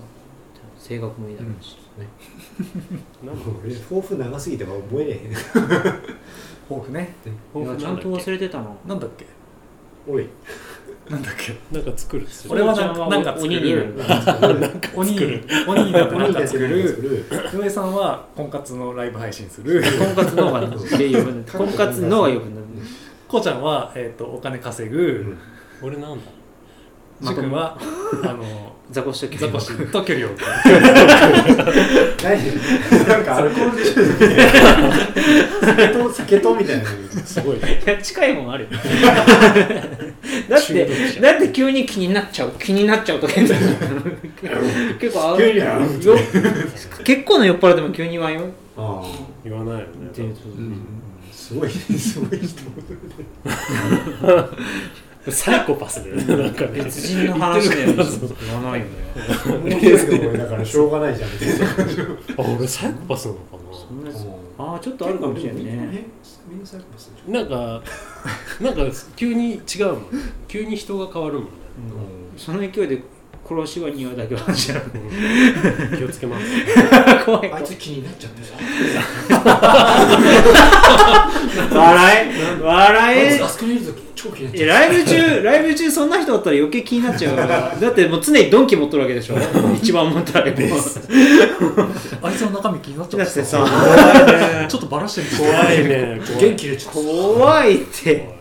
[SPEAKER 1] 性格もいいだろうし、
[SPEAKER 3] なんか
[SPEAKER 5] 俺抱負長すぎて覚えれへん
[SPEAKER 4] 抱負ね
[SPEAKER 1] いやちゃんと忘れてたの
[SPEAKER 4] なんだっけ
[SPEAKER 5] おい
[SPEAKER 4] なんだっけ
[SPEAKER 3] なんか作るっつって
[SPEAKER 4] 俺はなんかなんか作
[SPEAKER 1] 鬼にな
[SPEAKER 4] る
[SPEAKER 1] る
[SPEAKER 4] 鬼鬼になってなんか作る
[SPEAKER 5] る
[SPEAKER 4] 上さんは婚活のライブ配信する
[SPEAKER 1] 婚活のがで呼ぶんだ婚活のが呼ぶんだ
[SPEAKER 4] こうちゃんは、えー、とお金稼ぐ
[SPEAKER 3] 俺なんだ
[SPEAKER 4] しゅくんはあの
[SPEAKER 1] ザコシと
[SPEAKER 4] ザコシと距離を置く
[SPEAKER 5] 大丈夫なんかアルコールでしょ酒と酒とみたいな
[SPEAKER 3] すごいね
[SPEAKER 1] いや近いもんあるよだっ
[SPEAKER 3] 中毒
[SPEAKER 1] てだって急に気になっちゃう気になっちゃうとか言うんだよ結構あ
[SPEAKER 5] 急にやる
[SPEAKER 1] よ結構な酔っ払いでも急に言わんよ
[SPEAKER 5] ああ
[SPEAKER 3] 言わないよ
[SPEAKER 1] [laughs]
[SPEAKER 3] ね
[SPEAKER 1] で
[SPEAKER 5] すごいすごい人
[SPEAKER 3] サイコパスだよねなんかね
[SPEAKER 1] 別人の話だよ
[SPEAKER 3] 言
[SPEAKER 1] ね
[SPEAKER 3] ってるか
[SPEAKER 1] 言わないよね
[SPEAKER 5] 面白いけどだからしょうがないじゃんみたいな
[SPEAKER 3] らあ俺サイコパスなのか
[SPEAKER 1] そんなやつああちょっとあるかもしれないね
[SPEAKER 5] みんなサイコパスでし
[SPEAKER 3] ななんかなんか急に違うもん急に人が変わるもんね
[SPEAKER 5] ょ
[SPEAKER 1] その勢いで殺しは庭だけの話なの
[SPEAKER 3] 気をつけます
[SPEAKER 1] 怖い
[SPEAKER 5] あ
[SPEAKER 1] 怖
[SPEAKER 5] い
[SPEAKER 1] い
[SPEAKER 5] つ気になっちゃってさ
[SPEAKER 1] 笑え笑
[SPEAKER 5] あそこにいると超気になっ
[SPEAKER 1] え
[SPEAKER 5] ち
[SPEAKER 1] え
[SPEAKER 5] ゃう
[SPEAKER 1] ライブ中ライブ中そんな人だったら余計気になっちゃうからだってもう常にドンキ持っとるわけでしょ一番重たいもう
[SPEAKER 4] [laughs] あいつの中身気になっちゃ
[SPEAKER 1] だ
[SPEAKER 4] っ [laughs]
[SPEAKER 1] って
[SPEAKER 4] た
[SPEAKER 1] さ
[SPEAKER 4] ちょっとバラしてみて
[SPEAKER 3] 怖いね怖い
[SPEAKER 5] 元気でちょっ
[SPEAKER 1] 怖いって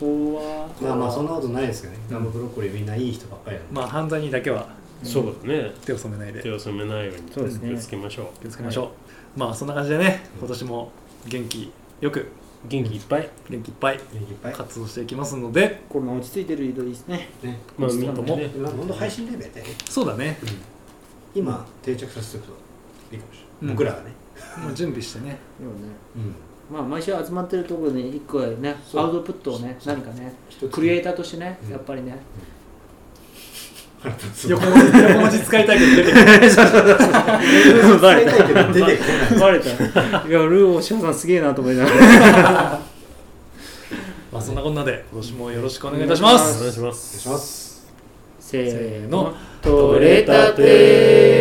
[SPEAKER 1] 怖
[SPEAKER 5] とまあまあそんなことないですけどね生ブロッコリーみんないい人ばっかりなん
[SPEAKER 4] [laughs]
[SPEAKER 5] で
[SPEAKER 4] まあ犯罪にだけは
[SPEAKER 3] そうだね
[SPEAKER 4] 手を染めないで
[SPEAKER 3] 手
[SPEAKER 4] 気
[SPEAKER 3] を染めないように気
[SPEAKER 1] そうですね
[SPEAKER 3] をつけましょう
[SPEAKER 4] をつけましょう、まあそんな感じでね今年も元気よく
[SPEAKER 3] 元気いっぱい
[SPEAKER 4] 元気いっぱい
[SPEAKER 5] 元気いっぱい
[SPEAKER 4] 活動していきますので
[SPEAKER 1] この落ち着いてる色ですね
[SPEAKER 5] ね
[SPEAKER 3] まあ
[SPEAKER 1] そう
[SPEAKER 3] み
[SPEAKER 1] だね
[SPEAKER 3] んなもね
[SPEAKER 5] 今ほんと配信ライブやってね
[SPEAKER 4] そうだね
[SPEAKER 5] 今定着させておくといいかもしれ
[SPEAKER 4] う
[SPEAKER 5] なんい僕らがね
[SPEAKER 4] もう準備してね
[SPEAKER 1] でもね
[SPEAKER 5] うん
[SPEAKER 1] まあ毎週集まってるところで一個ね
[SPEAKER 5] そう
[SPEAKER 1] アウトプットをね何かね
[SPEAKER 5] 一つ
[SPEAKER 1] クリエイターとしてね
[SPEAKER 5] うん
[SPEAKER 1] やっぱりね
[SPEAKER 4] 横文字横文字使いたいけど出てくる
[SPEAKER 1] そう
[SPEAKER 4] [laughs]
[SPEAKER 1] そうそうそう [laughs] バレ
[SPEAKER 5] 伝えたいけど出てこない
[SPEAKER 1] バレたいやルー大島さんすげえなと思いながら
[SPEAKER 5] 忘
[SPEAKER 4] そんなこんなで今年もよろしくお願いいたしま
[SPEAKER 3] お願い
[SPEAKER 4] す
[SPEAKER 3] します
[SPEAKER 5] します
[SPEAKER 1] せー
[SPEAKER 4] せーの
[SPEAKER 1] の取れたて